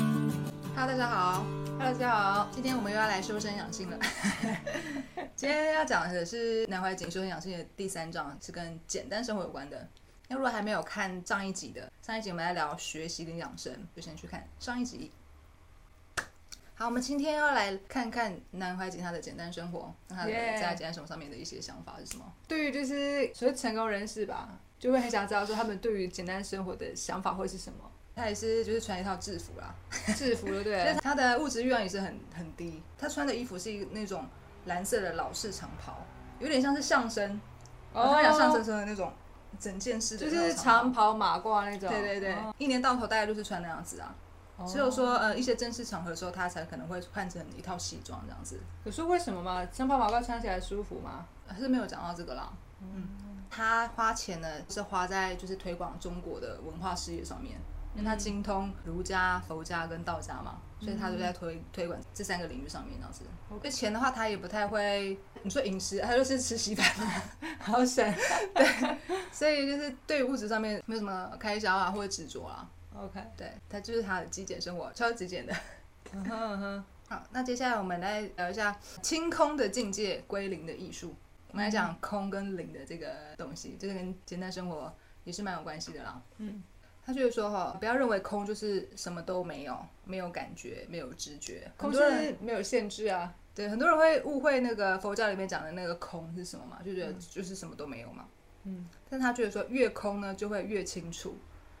Hello，大家好。Hello，大家好。今天我们又要来修身养性了。 今天要讲的是南怀瑾修身养性的第三章，是跟简单生活有关的。那如果还没有看上一集的，上一集我们来聊学习跟养生，就先去看上一集。好，我们今天要来看看南怀瑾他的简单生活，那他的 Yeah 在简单生活上面的一些想法是什么？对于就是所谓成功人士吧，就会很想知道说他们对于简单生活的想法会是什么，他也是就是穿一套制服啦，制服了 但对是，他的物质欲望也是很很低。他穿的衣服是一那种蓝色的老式长袍，有点像是上身，哦，他讲上身穿的那种整件式的就那种袍，是长袍马褂那种，对对对，一年到头大概就是穿那样子啊。哦只有说呃一些正式场合的时候，他才可能会换成一套西装这样子，可是为什么嘛？长袍马褂穿起来舒服吗？还是没有讲到这个啦。嗯，他花钱呢是花在就是推广中国的文化事业上面，因为他精通儒家、佛家跟道家嘛，所以他都在推推广这三个领域上面这样子。对钱的话，他也不太会，你说饮食，他就是吃稀饭嘛， 好省。所以就是对物质上面没有什么开销啊或者执着啦。 OK，对，他就是他的极简生活，超极简的。嗯哼嗯哼，好，那接下来我们来聊一下清空的境界、归零的艺术。我们来嗯讲空跟零的这个东西，这个跟简单生活也是蛮有关系的啦。嗯，他就是说哈、不要认为空就是什么都没有，没有感觉，没有知觉。空很多人是没有限制啊。对很多人会误会那个佛教里面讲的那个空是什么嘛，就觉得就是什么都没有嘛。嗯，但他觉得说越空呢就会越清楚，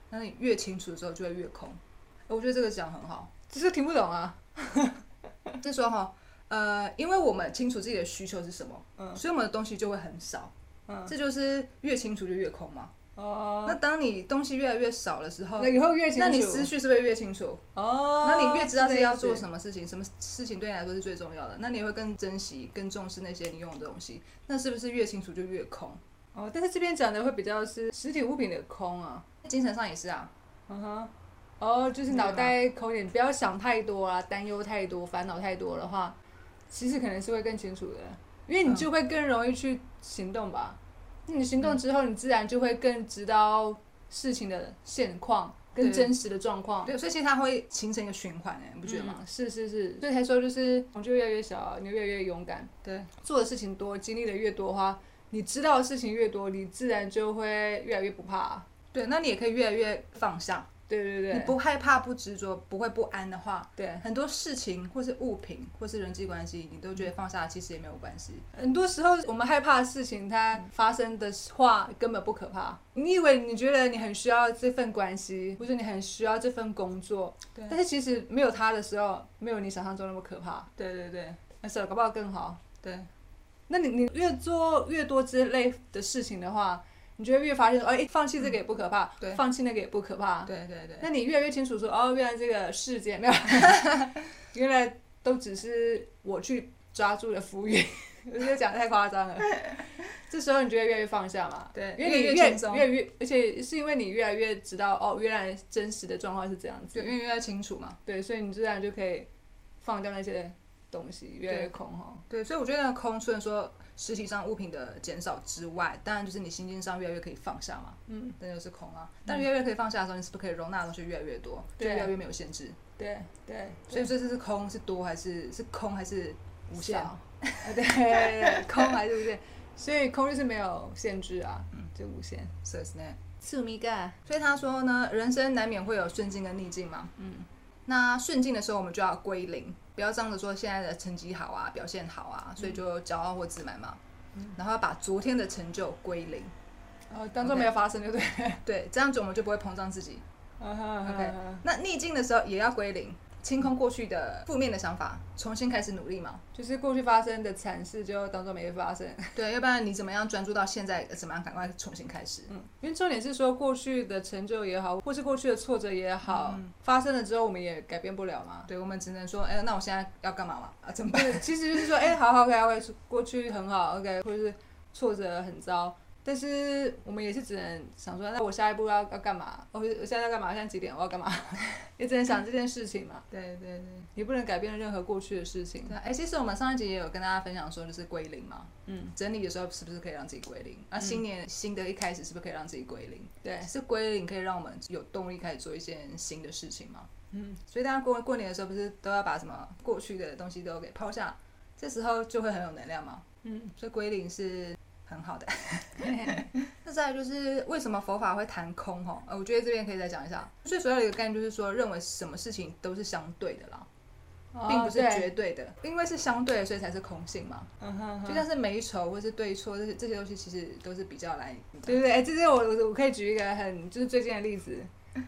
那你越清楚的时候就会越空。我觉得这个讲很好。就是听不懂啊。这时候哈，呃，因为我们清楚自己的需求是什么，嗯所以我们的东西就会很少，嗯这就是越清楚就越空嘛。哦，那当你东西越来越少的时候那，以后越清楚，那你思绪是不是越清楚？哦，那你越知道自己要做么，什么事情，什么事情对你来说是最重要的，那你也会更珍惜、更重视那些你用的东西。那是不是越清楚就越空？哦，但是这边讲的会比较是实体物品的空啊。精神上也是啊，嗯哼，哦，就是脑袋空一点，不要想太多啦，担忧太多，烦恼太多的话，其实可能是会更清楚的，因为你就会更容易去行动吧。那你行动之后，你自然就会更知道事情的现况跟对真实的状况。对，所以其实它会形成一个循环、哎，你不不觉觉得得吗？吗？是是是，所以才说就是，我就越来越小，你就越来越勇敢，对，做的事情多，经历的越多的话，你知道的事情越多，你自然就会越来越不怕。对，那你也可以越来越放下，对对你对，不害怕、不执着、不会不安的话，对，很多事情，或是物品，或是人际关系，你都觉得放下，其实也没有关系。很多时候，我们害怕的事情，它发生的话根本不可怕。你以为你觉得你很需要这份关系，或者你很需要这份工作，对但是其实没有它的时候，没有你想象中那么可怕，对对对而且搞不好更好。对那你你越做越多之类的事情的话，你就会越发现说，哎、放弃这个也不可怕，嗯对放弃那个也不可怕。对对对，那你越来越清楚说，哦，原来这个世界没有， 原来都只是我去抓住的浮云， 我觉得讲得太夸张了。这时候你就会越来越放下嘛，对因为你越来越轻松越来越，而且是因为你越来越知道，哦，原来真实的状况是这样就子，越来越清楚嘛。对，所以你自然就可以放掉那些东西，越来越空哦哈。对，所以我觉得那个空，除了说实体上物品的减少之外，当然就是你心境上越来越可以放下嘛。嗯，那就是空啊。但越来越可以放下的时候，你是不是可以容纳的东西越来越多，就对越来越没有限制？对对，所以这次是空是多还是是空还是无限？少， 对对对，空还是无限，所以空就是没有限制啊，嗯就无限。 So it's that. 促咪盖，所以他说呢，人生难免会有顺境跟逆境嘛。嗯，那顺境的时候，我们就要归零，不要仗着说现在的成绩好啊，表现好啊，所以就骄傲或自满嘛。然后要把昨天的成就归零，哦，当做没有发生，对嗯不对？对，这样子我们就不会膨胀自己。嗯 OK，那逆境的时候也要归零，清空过去的负面的想法，重新开始努力 嘛。就是过去发生的惨事就当做没发生。对，要不然你怎么样专注到现在，怎么样赶快重新开始？嗯，因为重点是说过去的成就也好，或是过去的挫折也好，嗯发生了之后我们也改变不了嘛。对，我们只能说，哎、那我现在要干嘛嘛？啊，怎么办？对，其实就是说，哎、好好 OK OK，过去很好 OK，或者是挫折很糟。但是我们也是只能想说，那我下一步要要干嘛？我、我现在要干嘛？现在几点？我要干嘛？ 也只能想这件事情嘛， 对对对。也不能改变任何过去的事情。对，哎、其实我们上一集也有跟大家分享说，就是归零嘛，嗯，整理的时候是不是可以让自己归零？啊，新年新的一开始是不是可以让自己归零？对，是归零可以让我们有动力开始做一件新的事情吗？嗯，所以大家过过年的时候不是都要把什么过去的东西都给抛下，这时候就会很有能量嘛。嗯，所以归零是很好的。 那再来就是为什么佛法会谈空哦？呃，我觉得这边可以再讲一下。最主要的一个概念就是说，认为什么事情都是相对的啦， 并不是哦对绝对的，因为是相对的，所以才是空性嘛。嗯哼哼就像是美丑或是对错，这些这些东西其实都是比较来。对对对，哎这是我我我可以举一个很就是最近的例子，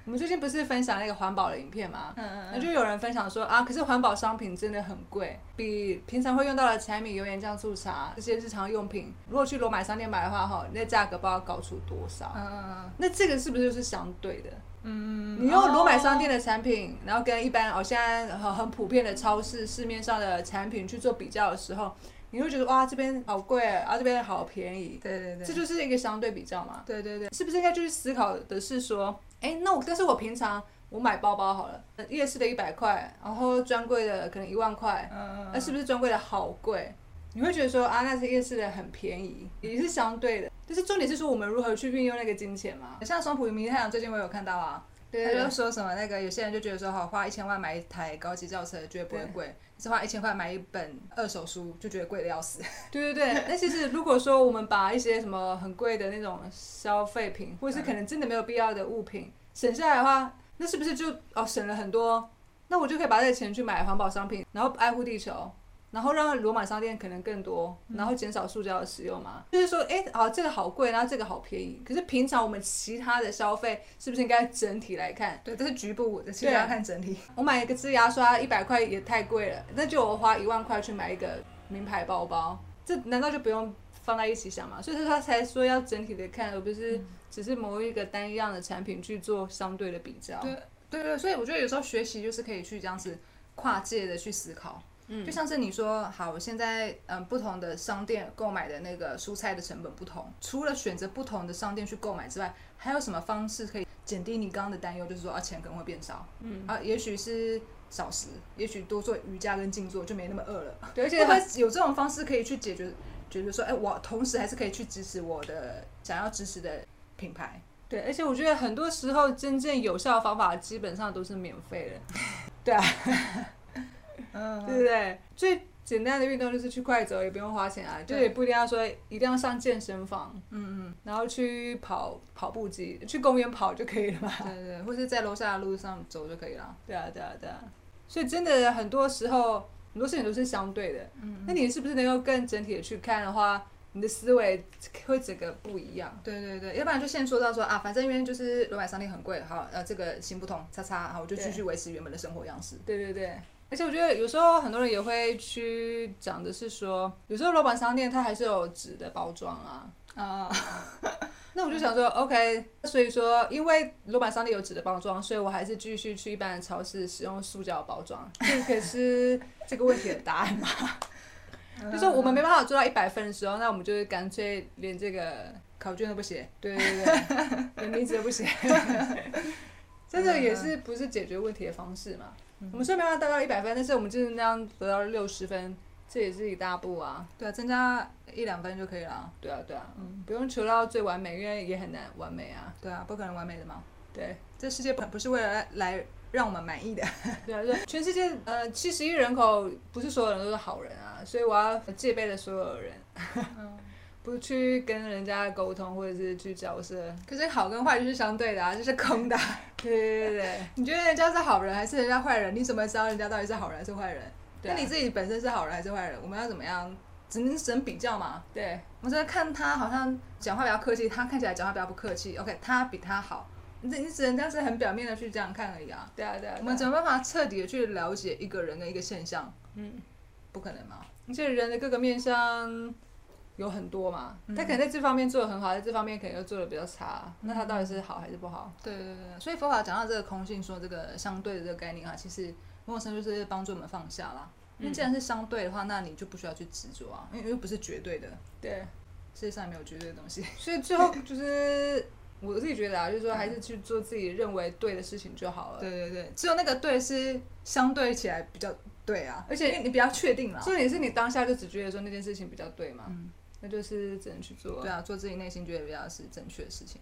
我们最近不是分享那个环保的影片吗？嗯那就有人分享说啊，可是环保商品真的很贵，比平常会用到的柴米油盐酱醋茶这些日常用品，如果去罗马商店买的话，哈，那价格不知道高出多少。嗯那这个是不是就是相对的？嗯你用罗马商店的产品，然后跟一般哦现在很很普遍的超市市面上的产品去做比较的时候，你会觉得哇这边好贵，啊这边好便宜，对对对，这就是一个相对比较嘛。对对对，是不是应该就是思考的是说，哎、那我但是我平常我买包包好了，呃夜市的一百块，然后专柜的可能一万块，嗯那是不是专柜的好贵？你会觉得说啊，那是夜市的很便宜，也是相对的。但是重点是说我们如何去运用那个金钱嘛？像松浦弥太郎最近我有看到啊，对他对就说什么那个有些人就觉得说，好花一千万买一台高级轿车觉得不会贵，可是花一千块买一本二手书就觉得贵的要死。对对对。那其实如果说我们把一些什么很贵的那种消费品，或者是可能真的没有必要的物品省下来的话，那是不是就哦省了很多？那我就可以把这个钱去买环保商品，然后爱护地球，然后让罗马商店可能更多，嗯然后减少塑胶的使用嘛。就是说，哎，哦，这个好贵，然后这个好便宜。可是平常我们其他的消费是不是应该整体来看？对，这是局部的，其实要看整体。我买一个支牙刷一百块也太贵了，那就我花一万块去买一个名牌包包，这难道就不用放在一起想吗？所以说他才说要整体的看，而不是只是某一个单一样的产品去做相对的比较。对对对，所以我觉得有时候学习就是可以去这样子跨界的去思考。嗯就像是你说，好，我现在嗯，不同的商店购买的那个蔬菜的成本不同，除了选择不同的商店去购买之外，还有什么方式可以减低你刚刚的担忧？就是说，啊，钱可能会变少，嗯，啊，也许是少食，也许多做瑜伽跟静坐就没那么饿了。对，而且会不他会有这种方式可以去解决？解决说，哎、我同时还是可以去支持我的想要支持的品牌。对，而且我觉得很多时候真正有效的方法基本上都是免费的。对啊，嗯对不对？最简单的运动就是去快走，也不用花钱啊，就对也不一定要说一定要上健身房。嗯嗯，然后去跑跑步机，去公园跑就可以了嘛。 对对对，或是在楼下的路上走就可以了。对啊，对啊，对啊。所以真的很多时候，很多事情都是相对的。嗯那你是不是能够更整体的去看的话，你的思维会整个不一样？对对对，要不然就先说到说啊，反正因为就是罗马商店很贵，好，呃，这个行不通，叉叉，好，我就继续维持原本的生活样式。对对对。而且我觉得有时候很多人也会去讲的是说，有时候老板商店它还是有纸的包装啊。啊、那我就想说，OK，所以说，因为罗马商店有纸的包装，所以我还是继续去一般的超市使用塑胶包 装。这可是这个问题的答案 嘛？就是我们没办法做到一百分的时候，那我们就是干脆连这个，考卷都不写，对对对， 嗯连名字都不写，这个也是不是解决问题的方式嘛？我们虽然没办法达到一百分，但是我们就是那样得到六十分，这也是一大步啊。 对啊，增加一两分就可以了。对啊，对啊，不用求到最完美，因为也很难完美啊。对啊，不可能完美的嘛，对，这世界不不是为了来来让我们满意的。 对啊，对啊，全世界呃七十亿人口，不是所有人都是好人啊，所以我要戒备了所有人，嗯 不去跟人家沟通或者是去交涉。可是好跟坏就是相对的啊，就是空的啊、对对对对你觉得人家是好人还是人家坏人？你怎么知道人家到底是好人还是坏人？对啊那你自己本身是好人还是坏人？我们要怎么样？只能神比较嘛。对，啊我在看他好像讲话比较客气，他看起来讲话比较不客气。OK，他比他好，你只你只能这样子很表面的去这样看而已啊。对啊对啊，我们对啊怎么办法彻底的去了解一个人的一个现象？嗯，不可能嘛。而且人的各个面相有很多嘛，嗯他可能在这方面做的很好，在这方面可能又做的比较差，那他到底是好还是不好？对对对，所以佛法讲到这个空性，说这个相对的这个概念啊，其实陌生就是帮助我们放下啦。因为既然是相对的话，那你就不需要去执着啊，因为又不是绝对的，对，世界上也没有绝对的东西。 所以最后就是我自己觉得啊，就是说还是去做自己认为对的事情就好嗯了。对对对，只有那个对是相对起来比较对啊，而且因为你比较确定啦。重点是你当下就只觉得说那件事情比较对嘛，嗯那就是只能去做。对啊，做自己内心觉得比较是正确的事情。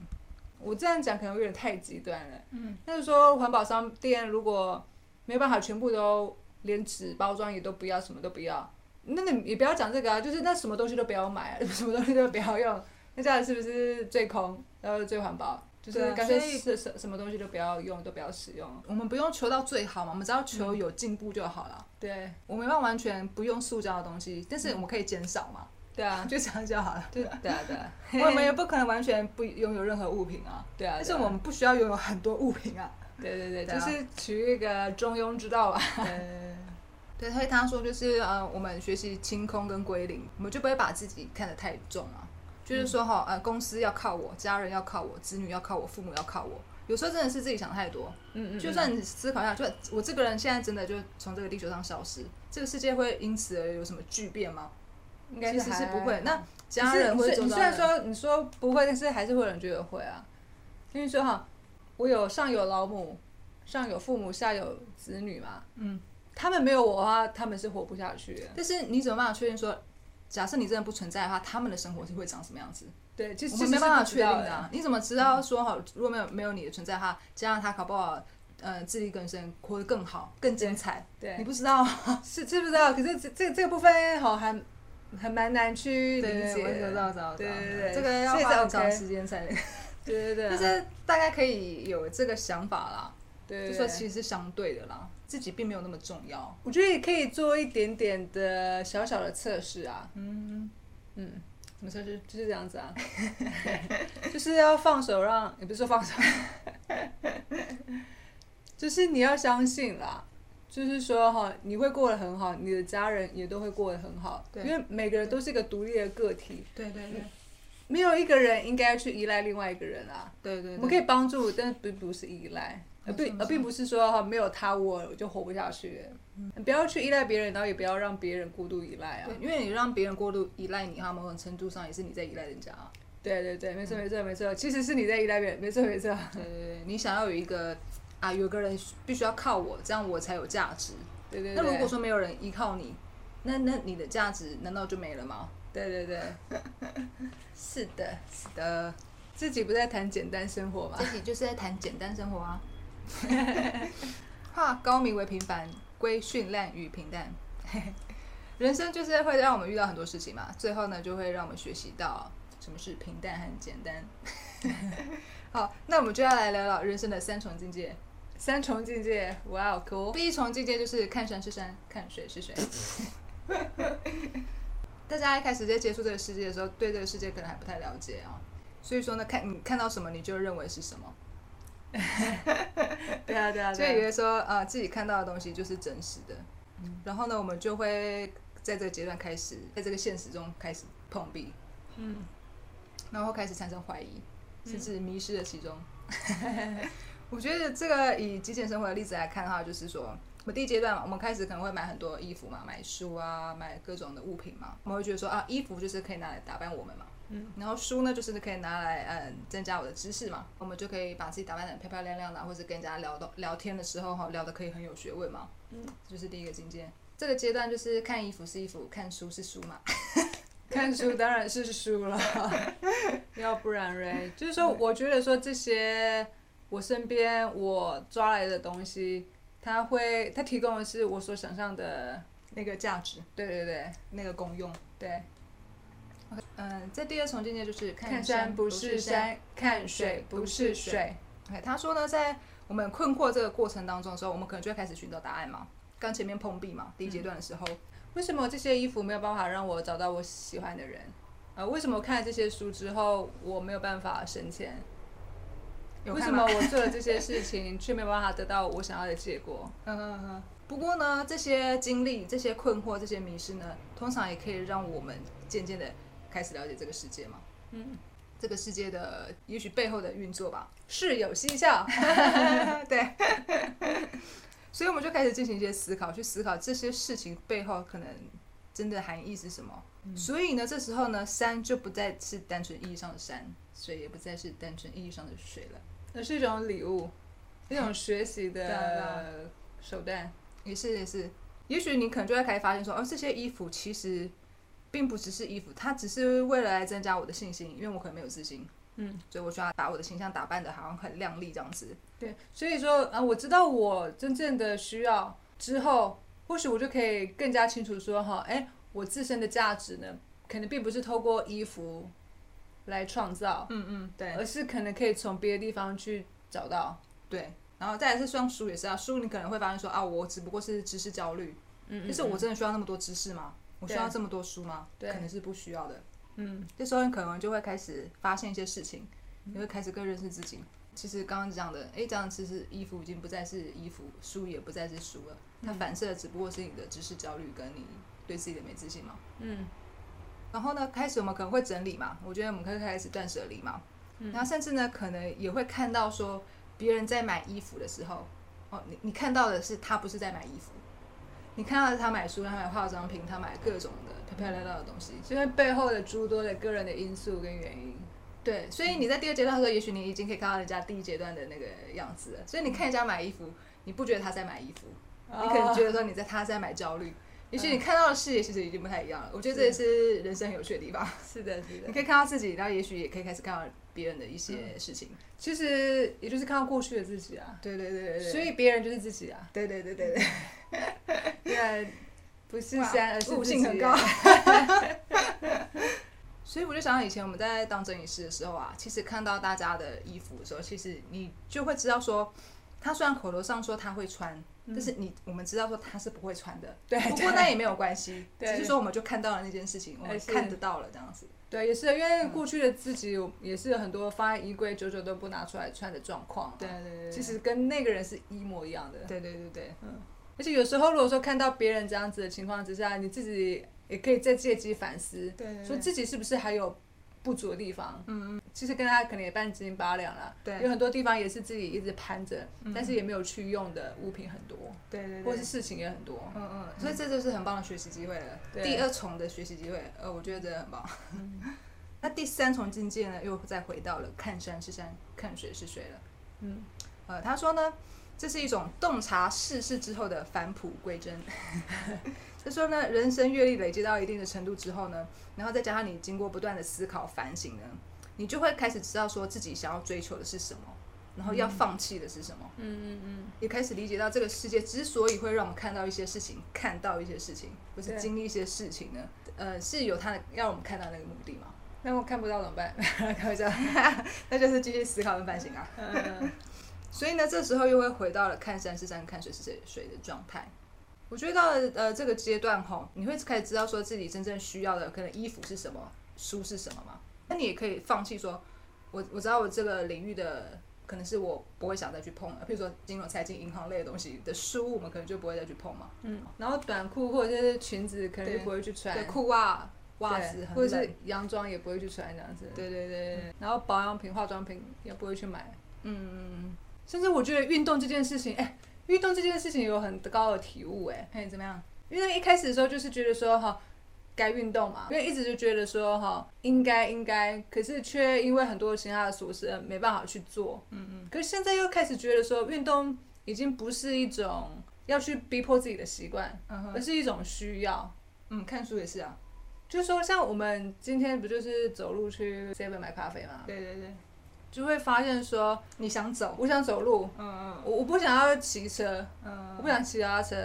我这样讲可能有点太极端了。嗯，那就说环保商店如果没办法全部都连纸包装也都不要，什么都不要。那你也不要讲这个啊，就是那什么东西都不要买、啊，什 么东西都不要用，那这样是不是最空，然后最环保？就是对啊干脆所以是什什么东西都不要用，都不要使用。我们不用求到最好嘛，我们只要求有进步就好了。对，我没办法完全不用塑胶的东西，但是我们可以减少嘛，对啊，就这样就好 了。 对对啊，对啊，我们也不可能完全不拥有任何物品啊， 对啊，但是我们不需要拥有很多物品啊。对对对，对就啊是取一个中庸之道吧。 对，所以他说就是呃，我们学习清空跟归零，我们就不会把自己看得太重啊。就是说哈，呃，公司要靠我，家人要靠我，子女要靠我，父母要靠我。有时候真的是自己想太多。嗯就算你思考一下，就我这个人现在真的就从这个地球上消失，这个世界会因此而有什么巨变吗？应该其实是还不会。那家可是人你或者虽周你遭虽然人，说你说不会，但是还是会有人觉得会啊。因为说哈，我有上有老母，上有父母，下有子女嘛。嗯，他们没有我的话，他们是活不下去的。但是你怎么办法确定说，假设你真的不存在的话，他们的生活是会长什么样子？对，其我实们没办法确定的、的。啊。你怎么知嗯道说好？如果没有没有你的存在的话，加上他搞不好，呃，自力更生，活得更好，更精彩。你对，不知道啊，是知不知道？可是这这这个部分好还还蛮难去理解知的。道，知道，对对对对这个要所以花很这样长 OK 时间才能， 对对对就啊，是大概可以有这个想法啦，对就对说对其实是相对的啦，自己并没有那么重要。我觉得也可以做一点点的小小的测试啊，嗯，嗯，什么测试？就是这样子啊， 就是要放手让，也不是说放手， 就是你要相信啦，就是说哈，你会过得很好，你的家人也都会过得很好，对因为每个人都是一个独立的个体，对对对没有一个人应该去依赖另外一个人啊，对对，我们可以帮助，但并不是依赖，而没错并没而错并不是说哈没有他我就活不下去，不要去依赖别人，然后也不要让别人过度依赖啊嗯对。因为你让别人过度依赖你，哈，某种程度上也是你在依赖人家啊。对对对，没错没错没错，其实是你在依赖别人，没错没错。对对对，你想要有一个啊，有个人必须要靠我，这样我才有价值。对对对。那如果说没有人依靠你，那那你的价值难道就没了吗？对对对，是的，是的，自己不在谈简单生活嘛这？集就是在谈简单生活 啊。化高明为平凡，归绚烂与平淡。人生就是会让我们遇到很多事情嘛，最后呢就会让我们学习到什么是平淡和简单。 好，那我们就要来聊聊人生的三重境界。三重境界，哇哦，cool！第一重境界就是看山是山，看水是水。 大家一开始在接触这个世界的时候，对这个世界可能还不太了解啊、所以说呢，看你看到什么，你就认为是什么。对啊对啊所以以对啊。为说，呃，自己看到的东西就是真实的。然后呢，我们就会在这个阶段开始，在这个现实中开始碰壁，嗯，然后开始产生怀疑，嗯甚至迷失了其中。 我觉得这个以极简生活的例子来看的话，就是说，我们第一阶段嘛，我们开始可能会买很多衣服嘛，买书啊，买各种的物品嘛，我们会觉得说啊，衣服就是可以拿来打扮我们嘛。 嗯，然后书呢，就是可以拿来嗯增加我的知识嘛，我们就可以把自己打扮得漂漂亮亮的，啊或者跟人家聊的聊天的时候哈，聊得可以很有学问嘛。嗯，就是第一个境界。这个阶段就是看衣服是衣服，看书是书嘛。看书当然是书了，要不然 嘞，就是说，我觉得说这些我身边我抓来的东西，它会它提供的是我所想象的，那个价值，对对对那个功用。对，嗯，在第二重境界就是看山山不是是。山，看水不是水， OK，他说呢，在我们困惑这个过程当中的时候，我们可能就会开始寻找答案嘛。刚前面碰壁嘛，第一嗯阶段的时候，为什么这些衣服没有办法让我找到我喜欢的人？呃，为什么我看了这些书之后，我没有办法省钱？有为看什吗么我做了这些事情却没有办法得到我想要的结 果？嗯嗯嗯。不过呢，这些经历、这些困惑、这些迷失呢，通常也可以让我们渐渐的开始了解这个世界嘛。嗯，这个世界的也许背后的运作吧。 事有蹊跷。对。 所以我们就开始进行一些思考，去思考这些事情背后可能真的含义是什么。嗯所以呢，这时候呢，山就不再是单纯意义上的山，水也不再是单纯意义上的水了，那是一种礼物，一种学习对啊对啊的手段。也是也是。也许你可能就会开始发现说，哦，这些衣服其实并不只是衣服，它只是为了来增加我的信心，因为我可能没有自信，嗯，所以我需要把我的形象打扮的好像很靓丽这样子。对，所以说啊，我知道我真正的需要之后，或许我就可以更加清楚说哈，哎，我自身的价值呢，可能并不是透过衣服来创造，嗯嗯，对而是可能可以从别的地方去找到。对。然后再来是像书也是啊，书你可能会发现说啊，我只不过是知识焦虑，嗯就是我真的需要那么多知识吗？我需要对这么多书吗？对可能是不需要的。嗯这时候你可能就会开始发现一些事情，你会开始更认识自己。其实刚刚讲的，诶，这样其实衣服已经不再是衣服，书也不再是书了，它嗯反射的只不过是你的知识焦虑跟你对自己的没自信嘛。嗯然后呢，开始我们可能会整理嘛，我觉得我们可以开始断舍离嘛，嗯然后甚至呢，可能也会看到说别人在买衣服的时候，哦，你你看到的是他不是在买衣服，你看到的是他买书，他买化妆品，他买各种的漂漂亮亮的东西，是因为背后的诸多的个人的因素跟原因。对，所以你在第二阶段的时候，也许你已经可以看到人家第一阶段的那个样子了。所以你看人家买衣服，你不觉得他在买衣服，哦你可能觉得说你在他在买焦虑。也许你看到的视野其实已经不太一样了。我觉得这也是人生很有趣的地 方，是的，是你的。可以看到自己，然后也许也可以开始看到别人的一些事情。其实也就是看到过去的自己啊，对对对对对，所以别人就是自己啊。对对对对对，对，不是哇山，而是悟自性己很啊高。 所以我就想到以前我们在当整理师的时候啊，其实看到大家的衣服的时候，其实你就会知道说，他虽然口头上说他会穿，但是你我们知道说他是不会穿的。嗯对不过那也没有关系， 对只是说我们就看到了那件事情，我而们是看得到了这样子。对，也是因嗯为过去的自己也是有很多放在衣柜久久都不拿出来穿的状况、啊。对，对对，其实跟那个人是一模一样的。对对对对，而且有时候如果说看到别人这样子的情况之下，你自己也可以再借机反思，对对对说自己是不是还有不足的地方。嗯嗯。其实跟他可能也半斤八两啦，对有很多地方也是自己一直攀着，但是也没有去用的物品很多，对对对或是事情也很多。嗯嗯，所以这就是很棒的学习机会了，对第二重的学习机会，呃，我觉得真的很棒。 那第三重境界呢，又再回到了看山是山，看水是水了。嗯，呃，他说呢，这是一种洞察世事之后的返璞归真。 他说呢，人生阅历累积到一定的程度之后呢，然后再加上你经过不断的思考反省呢，你就会开始知道说自己想要追求的是什么，然后要放弃的是什么。嗯嗯嗯，也开始理解到这个世界之所以会让我们看到一些事情、看到一些事情，或是对经历一些事情呢，呃，是有它的要我们看到那个目的嘛？那我看不到怎么办？开玩笑， 那就是继续思考跟反省啊。嗯所以呢，这时候又会回到了看山是山，看水是水水的状态。我觉得到了呃这个阶段吼，你会开始知道说自己真正需要的可能衣服是什么，书是什么嘛？那你也可以放弃说，我我知道我这个领域的可能是我不会想再去碰了，譬如说金融、财经、银行类的东西的书，我们可能就不会再去碰嘛。 嗯，然后短裤或者是裙子可能对就不会去穿，对，裤袜、对袜子很或者冷是洋装也不会去穿这样子。对对对，嗯，然后保养品、化妆品也不会去买，嗯，甚至我觉得运动这件事情，哎，运动这件事情有很高的体悟，哎，哎、怎么样？因为一开始的时候就是觉得说哈。该运动嘛，因为一直就觉得说哈，应该应该，可是却因为很多其他的琐事呃没办法去做。嗯嗯，可是现在又开始觉得说，运动已经不是一种要去逼迫自己的习惯，嗯而哼，是一种需要。嗯，看书也是啊。就说像我们今天不就是走路去 Seven 买咖啡嘛，对对对，就会发现说，你想走？我想走路，嗯我我不想要骑车，嗯嗯，我不想骑脚踏车，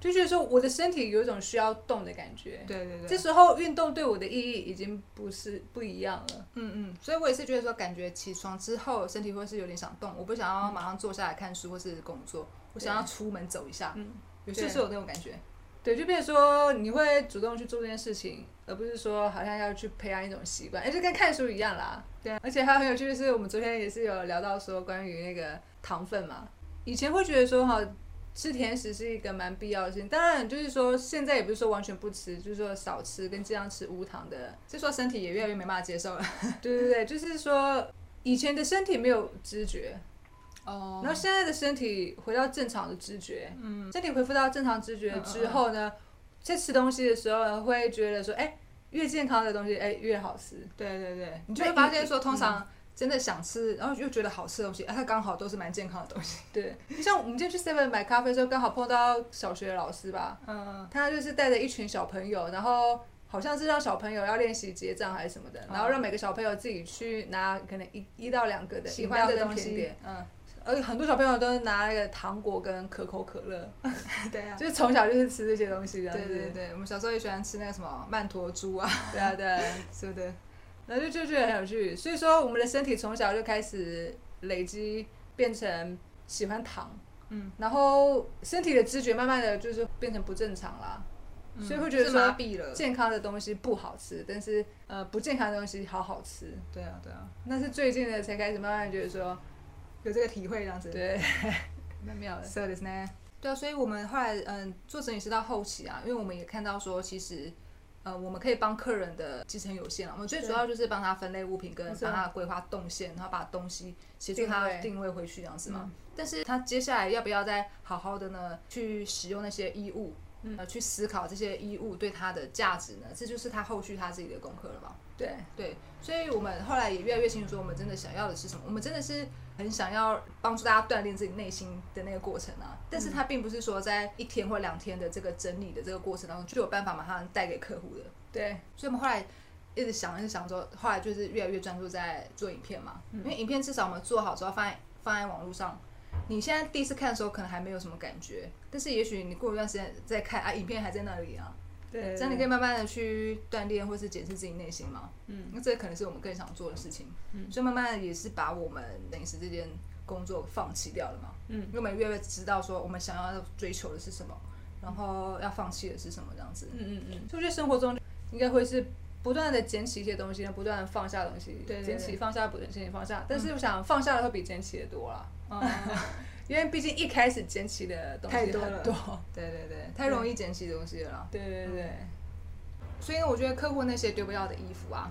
就觉得说我的身体有一种需要动的感觉。对对对，这时候运动对我的意义已经不是不一样了。嗯嗯，所以我也是觉得说，感觉起床之后身体会是有点想动，我不想要嗯马上坐下来看书或是工作，我想要出门走一下，嗯，有些时候有那种感觉。对，就变成说你会主动去做这件事情，而不是说好像要去培养一种习惯，哎，就跟看书一样啦。对啊而且还有很有趣的是，我们昨天也是有聊到说关于那个糖分嘛，以前会觉得说哈。吃甜食是一个蛮必要的事情，当然就是说现在也不是说完全不吃，就是说少吃跟尽量吃无糖的。就说身体也越来越没办法接受了。对对对，就是说以前的身体没有知觉， 哦然后现在的身体回到正常的知觉，嗯，身体恢复到正常知嗯觉之后呢，在吃东西的时候呢会觉得说，哎，越健康的东西，哎，越好吃。对对对，你你就就会会嗯发发现现说，说通通常常真的想吃，然后又觉得好吃的东西，啊，它刚好都是蛮健康的东西。对，像我们今天去 Seven 买咖啡的时候，刚好碰到小学的老师吧，嗯他就是带着一群小朋友，然后。好像是让小朋友要练习结账还是什么的，然哦后让每个小朋友自己去拿可能一一到两个的喜饮欢料的跟东甜西点，，嗯， 而且很多小朋友都拿那个糖果跟可口可乐，对啊。就是从小就是吃这些东西的。对对对，我们小时候也喜欢吃那个什么曼陀珠啊， 对啊对啊， 是的，然后就就觉得很有趣。所以说，我们的身体从小就开始累积，变成喜欢糖，嗯，然后身体的知觉慢慢的就是变成不正常啦，所以会觉得嗯是说麻痹了。健康的东西不好吃，但是呃不健康的东西好好吃。对啊对啊，那是最近的才开始慢慢觉得说，有这个体会这样子。对，蛮妙的。そうですね。对啊，所以我们后来嗯做整理师到后期啊，因为我们也看到说，其实呃我们可以帮客人的其实很有限了，我们最主要就是帮他分类物品，跟没错帮他规划动线，然后把东西协助定他位嗯定位回去这样子嘛。但是他接下来要不要再好好的呢去使用那些衣物，嗯呃去思考这些衣物对他的价值呢？这就是他后续他自己的功课了吧？对，对，所以我们后来也越来越清楚，说我们真的想要的是什么。我们真的是很想要帮助大家锻炼自己内心的那个过程啊。但嗯是它并不是说在一天或两天的这个整理的这个过程当中就有办法马上带给客户的。对，所以我们后来一直想，一直想说，后来就是越来越专注在做影片嘛，嗯因为影片至少我们做好之后放在放在网络上。你现在第一次看的时候可能还没有什么感觉，但是也许你过一段时间再看啊，影片还在那里啊，对，这样你可以以，慢慢的去锻炼或是检视自己内心嘛。嗯，那这可能是我们更想做的事情，所以慢慢地也是把我们临时这件工作放弃掉了嘛，嗯因为我们越来越知道说我们想要追求的是什么，然后要放弃的是什么这样子，嗯嗯嗯，所以我觉得生活中应该会是不断的捡起一些东西，然后不断的放下东西，对对捡起放下不捡起放下，但是我想放下的会比捡起的多啦， 嗯，因为毕竟一开始捡起的东西太多很了多对嗯对对，太容易捡起东西了啦，对对对对，所以我觉得客户那些丢不掉的衣服啊，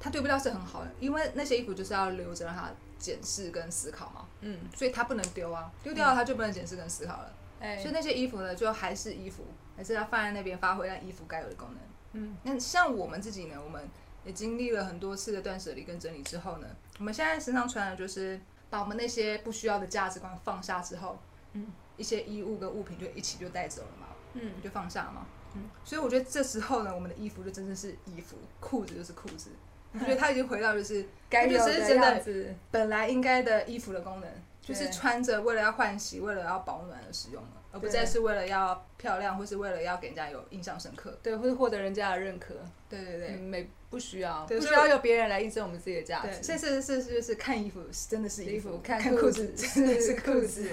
他丢不掉是很好的，因为那些衣服就是要留着让他检视跟思考嘛，嗯，所以他不能丢啊，丢掉了他就不能检视跟思考了，哎所以，那些衣服呢就还是衣服，还是要放在那边发挥让衣服该有的功能。嗯，那像我们自己呢，我们也经历了很多次的断舍离跟整理之后呢，我们现在身上穿的就是把我们那些不需要的价值观放下之后，嗯，一些衣物跟物品就一起就带走了嘛，嗯就放下了嘛，嗯，所以我觉得这时候呢，我们的衣服就真的是衣服，裤子就是裤 子，我觉得它已经回到就是该有它就是真的样子，本来应该的衣服的功能，就对是穿着为了要换洗、为了要保暖而使用的，而不对再是为了要漂亮或是为了要给人家有印象深刻。对，会获得人家的认可，对对嗯对。没不需要，对不需所以要由别人来印证我们自己的价对，所以 是值，是是就是看衣服是真的是衣衣服，服看看裤裤子子真的是是 裤裤子，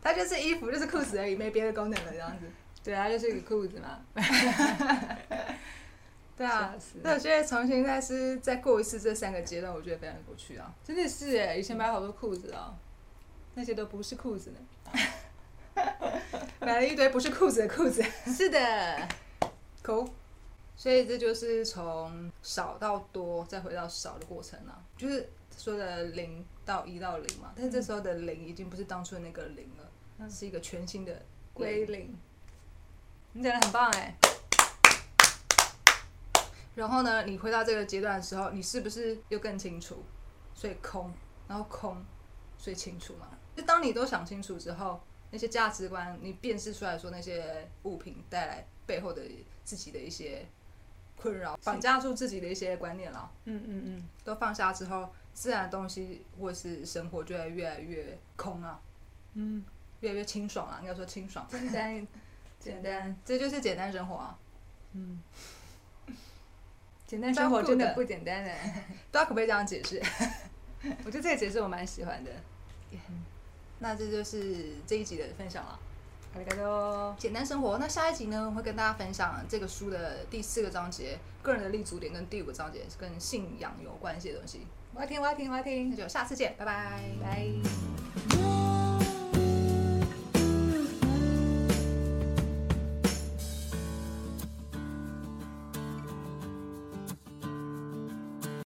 它就是衣服就是裤子而已，没别的功能了这样子。对啊，它就是一个裤子嘛，对啊吓，死那我觉得重新再是再过一次这三个阶段，我觉得非常有趣啊。真的是哎，以前买好多裤子啊，那些都不是裤子呢，买了一堆不是裤子的裤子， 是的。 cool。所以这就是从少到多，再回到少的过程啊，就是说的零到一到零嘛。但是这时候的零已经不是当初的那个零了，嗯是一个全新的归。零。你讲的很棒哎、然后呢，你回到这个阶段的时候，你是不是又更清楚？所以空，然后空，所以清楚嘛。就当你都想清楚之后，那些价值观，你辨识出来说那些物品带来背后的自己的一些困扰，绑架住自己的一些观念了。嗯嗯嗯，都放下之后，自然的东西或是生活就会越来越空啊，嗯，越来越清爽啊，应该说清爽， 简单，简单，这就是简单生活啊。嗯， 简单生活真的不简单哎、大家可不可以这样解释？我觉得这个解释我蛮喜 欢的。那这就是这一集的分享了。ありがとう。简单生活，那下一集呢，我会跟大家分享这个书的第四个章节——个人的立足点，跟第五个章节是跟信仰有关系的东西。我要听，我要听，我那要听。就下次见，拜拜。拜。 Thank